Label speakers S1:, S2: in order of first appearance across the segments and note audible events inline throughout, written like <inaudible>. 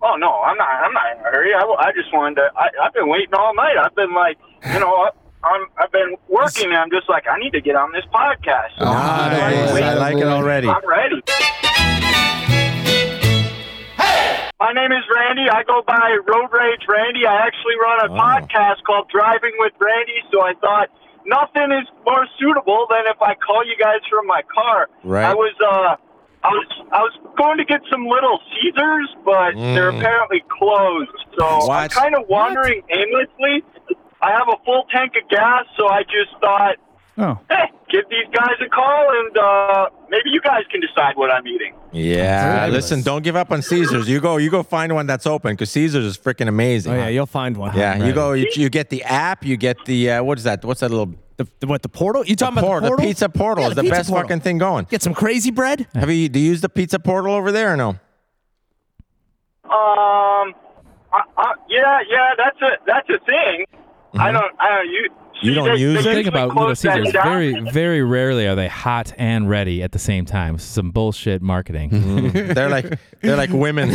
S1: Oh no, I'm not. I'm not in a hurry. I, w- I just wanted to. I, I've been waiting all night. I've been like, you know, I, I'm. I've been working. And I'm just like, I need to get on this podcast.
S2: Oh, Nice.
S1: Wait,
S2: I like it already.
S1: I'm ready. My name is Randy. I go by Road Rage Randy. I actually run a
S2: Wow.
S1: podcast called Driving with Randy, so I thought nothing is more suitable than if I call you guys from my car.
S2: Right.
S1: I was uh I was I was going to get some little Caesars, but they're apparently closed. So I'm
S2: What?
S1: kind of wandering aimlessly. I have a full tank of gas, so I just thought
S3: Oh,
S1: hey, give these guys a call and uh, maybe you guys can decide what I'm eating.
S2: Yeah.
S4: Fabulous.
S2: Listen, don't give up on Caesars. You go, you go find one that's open because Caesars is freaking amazing.
S4: Oh yeah, you'll find one.
S2: Yeah,
S4: Right.
S2: you go. You, you get the app. You get the uh, what is that? What's that little
S4: The, the- what the portal? You talking about
S2: portal?
S4: the
S2: The
S4: portal?
S2: pizza portal
S4: Yeah,
S2: is the,
S4: pizza
S2: best
S4: portal.
S2: fucking thing going.
S4: Get some crazy bread.
S2: Have you? Do you use the pizza portal over there or no?
S1: Um, I, I, yeah, yeah, that's a that's a thing. I don't, I don't you.
S2: Mm-hmm. You don't use it?
S1: usually
S5: Think about Little
S1: close that
S5: Caesars.
S1: down.
S5: Very, very rarely are they hot and ready at the same time. Some bullshit marketing.
S2: They're like they're like women. <laughs>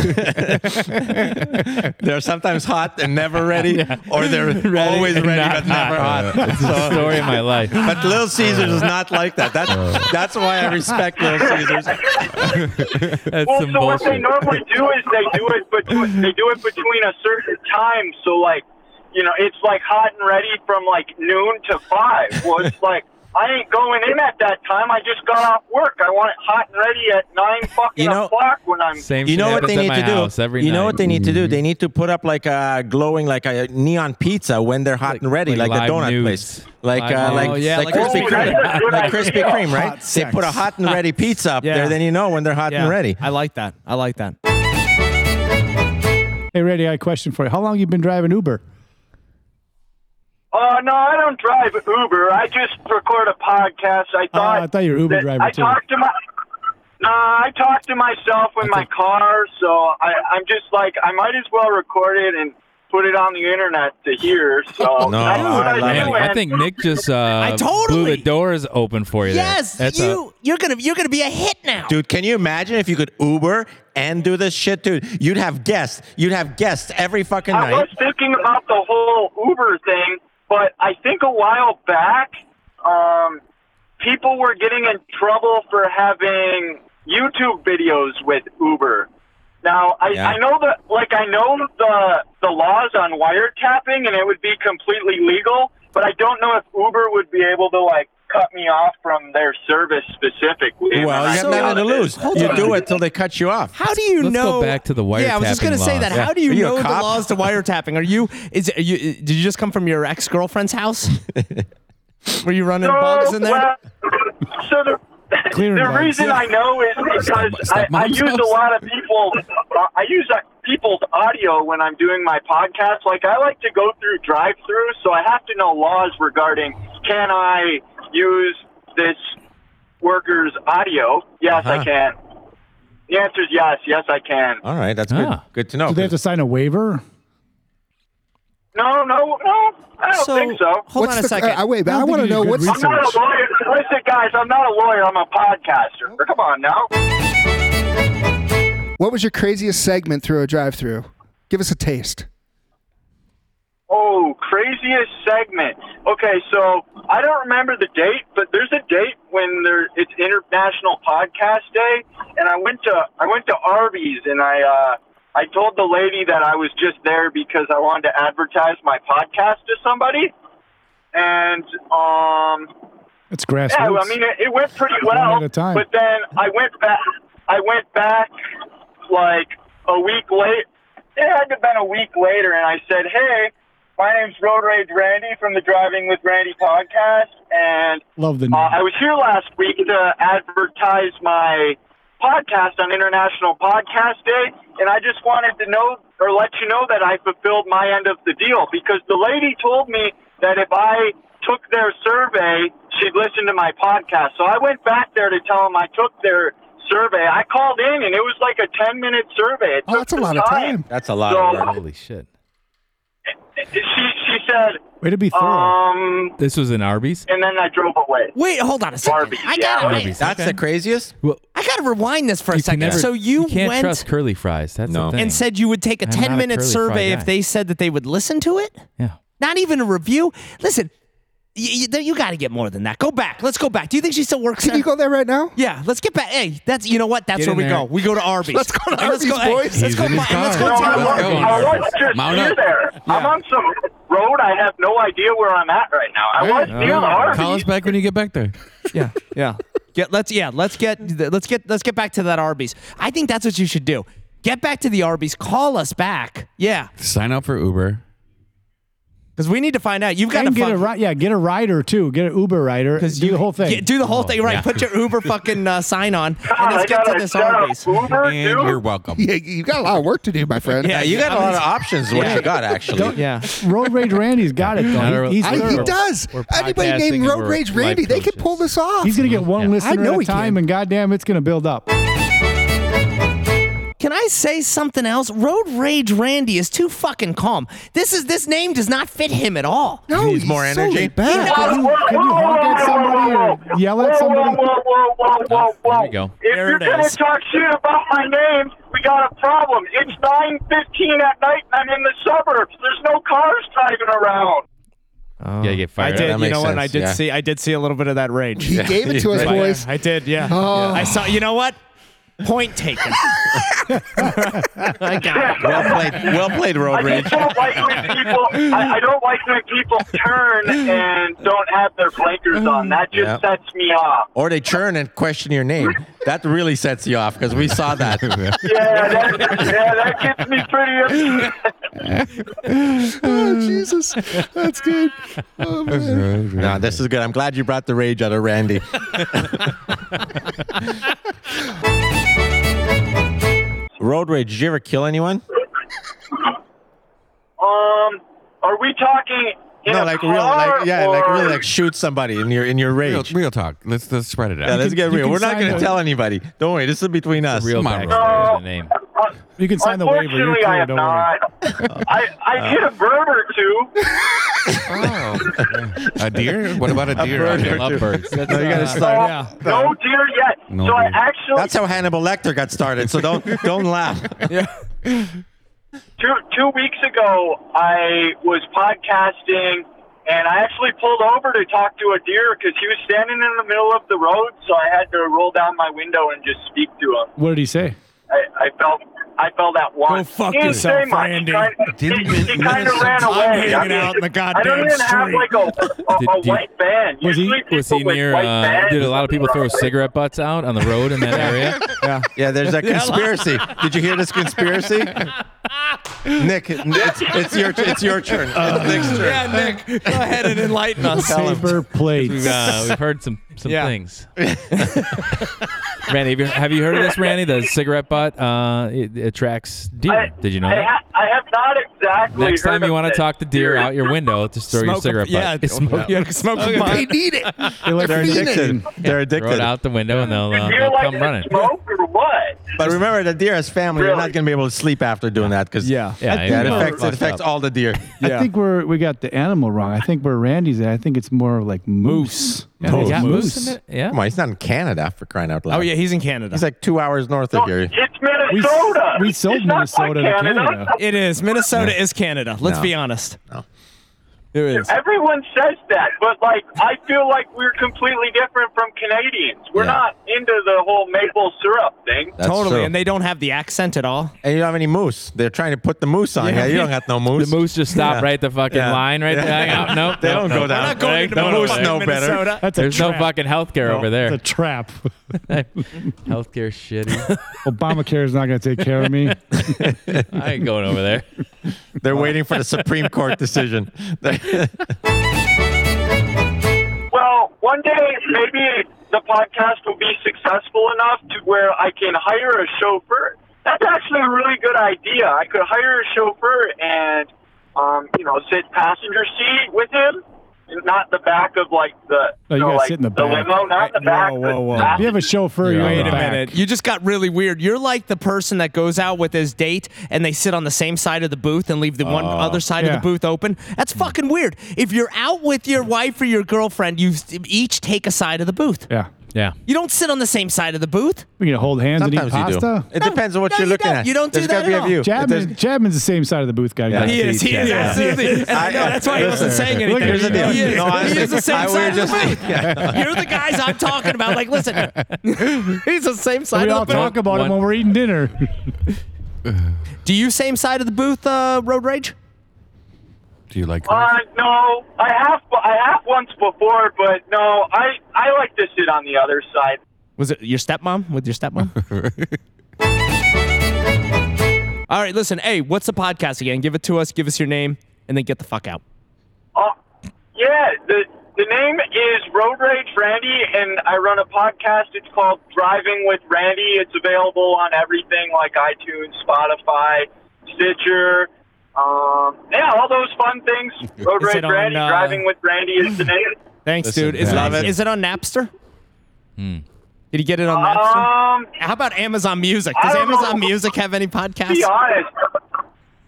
S2: they're sometimes hot and never ready, or they're
S5: <laughs>
S2: always <laughs>
S5: and
S2: ready
S5: not
S2: but never
S5: hot.
S2: hot.
S5: It's the story of my life.
S2: But Little Caesars is not like that. That's that's why I respect Little Caesars.
S5: That's
S1: Well,
S5: some
S1: so what they
S5: bullshit.
S1: normally do is they
S5: <laughs>
S1: do it, but they do it between a certain time. So like, you know, it's like hot and ready from like noon to five. Well,
S5: <laughs>
S1: it's like. I ain't going in at that time. I just got off work. I want it hot and ready at nine fucking
S2: You know-
S1: o'clock when I'm.
S5: Same.
S2: You
S5: shit
S2: know what
S5: happens
S2: they
S5: at
S2: need
S5: my
S2: to
S5: house
S2: do?
S5: Every
S2: you
S5: night.
S2: know what they need to do? They need to put up like a glowing, like a neon pizza when they're hot and ready,
S5: like
S2: like, the
S5: live
S2: donut
S5: nudes.
S2: place, like
S5: Live
S2: uh,
S5: nudes.
S2: like,
S4: Oh, yeah,
S2: like
S4: like
S2: Krispy
S1: a-
S2: Kreme, like Krispy Kreme, right?
S4: Hot
S2: they put a
S4: sex.
S2: hot and ready pizza up
S4: Yeah.
S2: there, then you know when they're hot and ready.
S4: I like that. I like that.
S3: hey, Randy, I had a question for you. How long you been driving Uber?
S1: Oh no, I don't drive Uber. I just record a podcast. I thought
S3: Oh, I thought you were Uber
S1: that
S3: driver,
S1: I
S3: too.
S1: talk to my. Nah, I talk to myself in my car, so I, I'm just like I might as well record it and put it on the internet to hear. So
S2: No,
S1: that's what
S2: I
S1: I, do.
S2: love it.
S5: Man,
S1: and-
S5: I think Nick just uh, blew
S4: totally-
S5: the doors open for you. there.
S4: Yes,
S5: That's a-
S4: you you're gonna you're gonna be a hit now.
S2: Dude, can you imagine if you could Uber and do this shit, dude? You'd have guests. You'd have guests every fucking
S1: I was
S2: night.
S1: thinking about the whole Uber thing, but I think a while back, um, people were getting in trouble for having YouTube videos with Uber. Now I,
S2: Yeah.
S1: I know that like I know the the laws on wiretapping and it would be completely legal, but I don't know if Uber would be able to like cut me off from their service specifically.
S2: Well, you have
S4: So-
S2: nothing
S1: uh,
S2: to lose.
S4: Hold
S2: You
S4: on.
S2: do it till they cut you off.
S4: How do you
S5: Let's go
S4: know?
S5: back to the
S4: Yeah, I was just
S5: wiretapping
S4: gonna say that.
S5: laws. Yeah.
S4: How do you
S2: Are you a
S4: know the
S2: cop?
S4: laws
S5: <laughs>
S4: to wiretapping? Are you is are you did you just come from your ex girlfriend's
S5: <laughs>
S4: house? Were you running bugs in there?
S1: Oh, Well, so
S4: <laughs>
S1: the,
S3: Clearing
S1: the
S3: bugs,
S1: reason
S3: yeah.
S1: I know is because
S4: stop
S1: I, I
S4: mom's
S1: use a
S4: house.
S1: lot of people. Uh, I use uh, people's audio when I'm doing my podcast. Like I like to go through drive-throughs, so I have to know laws regarding can I use this worker's audio? Yes,
S2: Uh-huh.
S1: I can. The answer is yes. Yes, I can.
S4: Uh,
S2: All right, that's
S5: Ah.
S2: good. Good to know.
S3: Do they have to sign a waiver?
S1: No, no, no. I don't think so.
S4: hold on a second.
S6: I, uh, wait,
S3: I
S6: I,
S3: don't
S6: want to
S3: think you
S6: know
S3: did
S6: what's
S3: good
S1: I'm not a lawyer. Listen, guys, I'm not a lawyer. I'm a podcaster. Come on now.
S6: what was your craziest segment through a drive-through? Give us a taste.
S1: Oh, craziest segment. Okay, so I don't remember the date, but there's a date when there it's International Podcast Day, and I went to I went to Arby's and I uh, I told the lady that I was just there because I wanted to advertise my podcast to somebody, and um,
S3: It's grassroots.
S1: yeah, well, I mean it, it went pretty
S3: One
S1: well.
S3: at a time.
S1: But then I went back. I went back like a week late. It had to have been a week later, and I said, "Hey, my name's Road Rage Randy from the Driving with Randy podcast, and
S3: Love the
S1: uh,
S3: name.
S1: I was here last week to advertise my podcast on International Podcast Day, and I just wanted to know or let you know that I fulfilled my end of the deal because the lady told me that if I took their survey, she'd listen to my podcast. So I went back there to tell them I took their survey. I called in, and it was like a 10 minute survey. It
S6: Oh,
S1: took
S6: that's a
S1: some
S6: lot of time.
S2: That's a lot
S1: So-
S2: of work.
S5: Holy shit.
S1: she she said,
S3: Way to be thorough.
S1: um,
S5: This was in Arby's.
S1: and then I drove away.
S4: Wait, hold on a second.
S1: Barbie,
S4: I
S1: yeah.
S4: gotta, wait,
S5: Arby's.
S2: That's
S5: Okay.
S2: the craziest.
S4: I gotta rewind this for a
S5: You can
S4: second.
S5: never-
S4: so you,
S5: can't
S4: went
S5: trust curly fries. That's
S2: No.
S5: the thing.
S4: and said you would take a
S5: I'm not a
S4: ten minute
S5: curly fry
S4: survey
S5: guy.
S4: if they said that they would listen to it.
S5: yeah.
S4: Not even a review. Listen, you, you, got to get more than that. Go back. Let's go back. Do you think she still works?
S6: Can
S4: there?
S6: you go there right now?
S4: Yeah, let's get back. Hey, that's you know what? That's
S5: Get
S4: where
S5: in
S4: we
S5: there.
S4: go. We go to Arby's.
S6: Let's go to
S4: And let's go,
S6: Arby's,
S4: hey,
S6: boys.
S4: let's
S5: He's
S4: go.
S5: in his
S4: buy- and let's
S5: car.
S4: go.
S1: No,
S4: tell
S1: I was,
S5: Let's go.
S1: I was just
S5: Mount
S1: near
S5: up.
S1: there. I'm on some road. I have no idea where I'm at right now. I was near the Arby's.
S5: uh, Call us back when you get back there.
S4: yeah, yeah. Get let's yeah let's get let's get let's get back to that Arby's. I think that's what you should do. Get back to the Arby's. Call us back. Yeah,
S7: Sign up for Uber.
S4: because we need to find out. You've got to
S3: and get
S4: fuck-
S3: a ri- yeah, get a rider too. Get an Uber rider. Because do the whole thing.
S4: Yeah, do the whole thing right. Put your Uber fucking uh, sign on,
S1: God,
S4: and
S1: I
S4: let's get
S1: got
S4: to
S1: a-
S4: this
S1: got a
S4: Arby's.
S1: Uber,
S7: And
S1: dude.
S7: you're welcome.
S6: Yeah, you got a lot of work to do, my friend.
S4: Yeah,
S2: Yeah, you got a lot of options. What you got actually?
S4: Yeah,
S3: Road Rage Randy's got it though.
S5: Not
S3: He- He's,
S5: a-
S6: I, he
S3: thorough.
S6: does.
S5: We're
S6: Anybody
S5: podcasting
S6: named
S5: and
S6: Road
S5: we're
S6: Rage
S5: life
S6: Randy, they could
S5: coaches.
S6: pull this off.
S3: he's gonna get one
S5: Yeah.
S3: listener
S6: I know
S3: at a
S6: he can.
S3: time, and goddamn, it's gonna build up.
S4: Can I say something else? Road Rage Randy is too fucking calm. This is this name does not fit him at all.
S6: no,
S2: needs
S6: he's
S2: more
S6: so
S2: energy.
S6: laid back.
S1: <laughs> Whoa,
S3: Could you-
S1: whoa,
S3: could you
S1: whoa,
S3: honk
S1: whoa,
S3: at somebody
S1: whoa,
S3: or yell at
S1: whoa,
S3: somebody?
S1: Whoa, whoa, whoa, whoa, whoa, whoa.
S5: There you go.
S1: If
S4: There
S1: you're
S4: it
S1: gonna
S4: is.
S1: talk shit about my name, we got a problem. It's nine fifteen at night, and I'm in the suburbs. There's no cars driving around.
S5: yeah, you get
S4: I
S5: fired.
S4: did.
S5: up.
S4: You know
S2: makes
S4: what? I
S2: sense,
S4: did
S2: yeah.
S4: see. I did see a little bit of that rage.
S6: He gave it to us,
S2: Right.
S6: boys.
S4: I did. Yeah.
S6: Oh.
S4: I saw. You know what? Point taken. I got it.
S2: Well played. Well played,
S1: I
S2: Road Rage.
S1: just don't like when people. I, I don't like when people turn and don't have their blinkers on. That just
S2: Mm. Yeah.
S1: sets me off.
S2: Or they churn and question your name. That really sets you off because we saw <laughs> that.
S1: Yeah, that, yeah, that gets me pretty upset.
S6: Oh, Jesus. That's good. Oh, man.
S2: no, this is good. I'm glad you brought the rage out of <laughs> Randy. Road rage. Did you ever kill anyone?
S1: Um, are we talking? In a
S2: no, like
S1: car
S2: real, like yeah, like
S1: or-
S2: really, like shoot somebody in your in your
S7: Real,
S2: rage.
S7: real talk. Let's let's spread it out.
S2: Yeah, let's
S3: can-
S2: get
S3: you
S2: real.
S3: can
S2: We're not
S3: sign
S2: going
S3: the-
S2: to tell anybody. Don't worry. This is between us.
S5: Real
S7: Come on,
S5: back. There's the name.
S3: You can sign the waiver. You're
S1: Unfortunately,
S3: clear,
S1: I have
S3: don't worry.
S1: not. I I
S2: Uh,
S1: hit a bird or two.
S7: a deer? What about a deer?
S2: bird
S7: I
S2: or
S7: love
S2: two.
S7: birds.
S2: No, you got to
S3: Oh,
S2: start.
S1: Uh, No deer yet.
S7: No
S1: so I
S7: deer.
S1: actually
S2: That's how Hannibal Lecter got started. So <laughs> don't don't laugh.
S1: two two weeks ago I was podcasting and I actually pulled over to talk to a deer because he was standing in the middle of the road. So I had to roll down my window and just speak to him.
S3: What did he say?
S1: I, I felt. I felt that one. Go
S4: fuck
S1: he didn't
S4: yourself,
S1: say much.
S4: Randy.
S1: Kind of- He,
S7: Didn't
S1: he kind of
S7: Minnesota-
S1: ran
S7: I'm
S1: away.
S4: hanging
S1: I mean,
S4: out in the
S1: I don't
S4: goddamn
S1: even have
S4: street.
S1: like a, a,
S5: Did-
S1: a
S5: did-
S1: white van.
S3: Was he-
S1: Usually
S5: <laughs> Was he
S1: people with
S5: near?
S1: white
S5: Uh,
S1: vans-
S5: did a lot of people throw cigarette butts out on the road in that
S7: <laughs>
S5: area?
S2: <laughs> Yeah, there's a conspiracy. Did you hear this <laughs> conspiracy? Nick, it's, it's your it's your turn. It's Nick's turn.
S4: Yeah, Nick, go ahead and enlighten us.
S3: Paper
S5: We've,
S3: plates.
S5: uh, we've heard some some
S7: <laughs>
S4: Yeah.
S5: things. Randy, have you, have you heard of this, Randy? The cigarette butt uh, it, attracts deer.
S1: I-
S5: Did you know
S1: I,
S5: that?
S1: ha- I have not exactly.
S5: Next
S1: heard
S5: time you
S1: of
S5: want to
S1: this.
S5: talk to deer out your window, just throw your cigarette
S4: yeah,
S7: <laughs>
S5: butt. It's smoke-
S4: yeah, smoke a blunt.
S6: They need it.
S3: They're
S6: They're fiending.
S3: addicted.
S2: Addicted. They're
S5: Throw it
S2: addicted.
S5: out the window and they'll, uh,
S1: Do you
S5: they'll
S1: like
S5: come
S1: to
S5: running.
S1: smoke or what?
S2: But remember, the deer has family. You're not
S1: Really?
S2: going to be able to sleep after doing that because
S3: Yeah.
S5: Yeah,
S3: I
S5: it
S2: yeah, it
S5: will.
S2: affects it
S5: Fucked
S2: affects
S5: up.
S2: all the deer.
S3: I think we're we got the animal wrong. I think where Randy's at, I think it's more like moose.
S5: Yeah, they got
S3: Oh, Moose.
S5: moose in it? Yeah.
S2: Come on, he's not in Canada for crying out loud.
S4: Oh yeah, he's in Canada.
S2: he's like two hours north of here.
S1: It's Minnesota.
S3: we sold
S1: it's not
S3: Minnesota
S1: like
S3: to
S1: Canada.
S3: Canada.
S4: it is. Minnesota is Canada. Let's
S2: No.
S4: be honest.
S2: No.
S4: It is.
S1: Everyone says that, but like I feel like we're completely different from Canadians. We're
S2: Yeah.
S1: not into the whole maple syrup thing.
S2: That's
S4: totally,
S2: true.
S4: and they don't have the accent at all.
S2: And you don't have any moose. They're trying to put the moose on. Yeah, you don't got no
S5: The
S2: moose.
S5: moose just stopped
S2: Yeah.
S5: right at the fucking
S2: Yeah.
S5: line right
S2: Yeah.
S5: there. Oh, nope.
S2: They
S5: nope,
S2: don't go
S5: nope.
S2: down.
S5: We're
S4: Not going
S5: They
S4: into
S5: don't
S2: know
S4: Minnesota.
S2: moose know better.
S4: Minnesota.
S3: That's a
S5: There's no
S3: trap.
S5: fucking healthcare over there.
S3: It's a trap.
S5: <laughs> healthcare shitty.
S3: Obamacare is not going to take care
S1: <laughs>
S3: of me. Oh,
S5: I ain't going
S4: <laughs>
S5: over there.
S2: They're waiting for the Supreme Court decision. <laughs>
S1: Well, one day maybe the podcast will be successful enough to where I can hire a chauffeur. That's actually a really good idea. I could hire a chauffeur and, um, you know, sit passenger seat with him not the back of like the.
S3: No, Oh, you
S1: know,
S3: gotta
S1: like,
S3: sit in the back.
S1: limo, not the
S8: Whoa,
S1: back.
S8: whoa,
S1: the
S8: whoa.
S1: back.
S3: If you have a chauffeur, you're
S8: Wait
S3: in
S8: a
S3: the back.
S8: minute.
S4: You just got really weird. You're like the person that goes out with his date and they sit on the same side of the booth and leave the one other side
S3: Yeah.
S4: of the booth open. That's fucking weird. If you're out with your wife or your girlfriend, you s- each take a side of the booth.
S3: Yeah,
S5: Yeah.
S4: You don't sit on the same side of the booth.
S3: we can hold hands
S2: Sometimes
S3: and
S2: you
S3: eat
S2: do.
S3: pasta.
S2: It
S4: No,
S2: depends on what
S4: no,
S2: you're
S4: you
S2: looking
S4: don't.
S2: at.
S4: You don't do
S2: There's gotta
S4: that at
S2: be a view.
S4: all.
S2: If there's-
S3: Chapman, Chapman's the same side of the booth guy.
S2: Yeah.
S4: He is. He is.
S2: Yeah.
S4: absolutely. And I know. That's why he wasn't saying anything.
S3: Look, here's the deal.
S4: He is.
S2: No,
S4: he
S2: honestly,
S4: is the same
S2: I- we
S4: side
S2: were
S4: of the
S2: just-
S4: booth. You're the guys I'm talking about. Like, listen, <laughs> he's the same
S3: We
S4: side
S3: all
S4: of the booth.
S3: talk about
S5: One-
S3: it when we're eating dinner.
S4: Do you same side of the booth, uh, Road Rage?
S7: Do you like
S1: Uh,
S7: cars?
S1: no, I have I have once before, but no, I I like to sit on the other side.
S4: Was it your stepmom with your stepmom? <laughs> All right, listen. Hey, what's the podcast again? Give it to us. Give us your name, and then get the fuck out.
S1: Uh, yeah, the the name is Road Rage Randy, and I run a podcast. It's called Driving with Randy. It's available on everything like iTunes, Spotify, Stitcher. Um, yeah, all those fun
S4: <laughs>
S1: things. Road
S4: Is it
S1: Rage
S4: on,
S1: Randy,
S4: uh,
S1: Driving with Randy is the
S4: <laughs>
S1: name.
S4: Thanks,
S7: Listen,
S4: dude. Is
S7: yeah.
S4: it,
S7: Love
S4: on,
S7: it.
S4: is it on Napster? Hmm. Did he get it on Napster?
S1: Um,
S4: How about Amazon Music?
S1: I
S4: Does
S1: don't
S4: Amazon
S1: know.
S4: Music have any podcasts?
S1: be honest.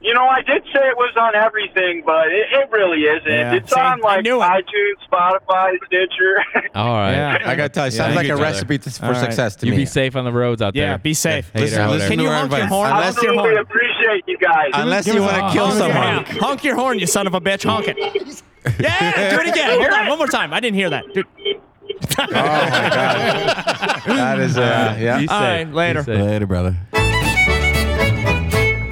S1: You know, I did say it was on everything, but it, it really isn't.
S8: Yeah.
S1: It's
S4: See,
S1: on
S4: I
S1: like
S4: knew it.
S1: iTunes, Spotify, Stitcher.
S5: All right.
S8: Yeah.
S2: I gotta tell you, sounds
S5: Yeah.
S2: like
S5: Each
S2: a
S5: other.
S2: recipe to- for
S8: All right.
S2: success to
S5: You
S2: me.
S5: be safe on the roads out there.
S4: Yeah, be safe.
S5: Hey,
S2: Listen,
S5: Hater.
S2: listen
S4: Can
S2: to
S4: you
S2: our
S4: honk your
S2: advice.
S4: horn?
S1: <laughs> I
S2: Unless
S4: Honk your
S1: really
S4: horn.
S1: appreciate you guys.
S2: Unless
S3: Give
S2: you
S3: us
S2: want
S3: a
S2: to kill
S4: Honk your
S2: someone.
S4: horn. Honk your horn, you son of a bitch.
S2: <laughs>
S4: Honk it. Yeah, do it again. Hold on, one more time. I didn't hear that. Dude.
S2: That is, uh, yeah.
S5: Be safe.
S4: All right,
S5: Be
S2: uh,
S4: later.
S5: safe.
S7: Later, brother.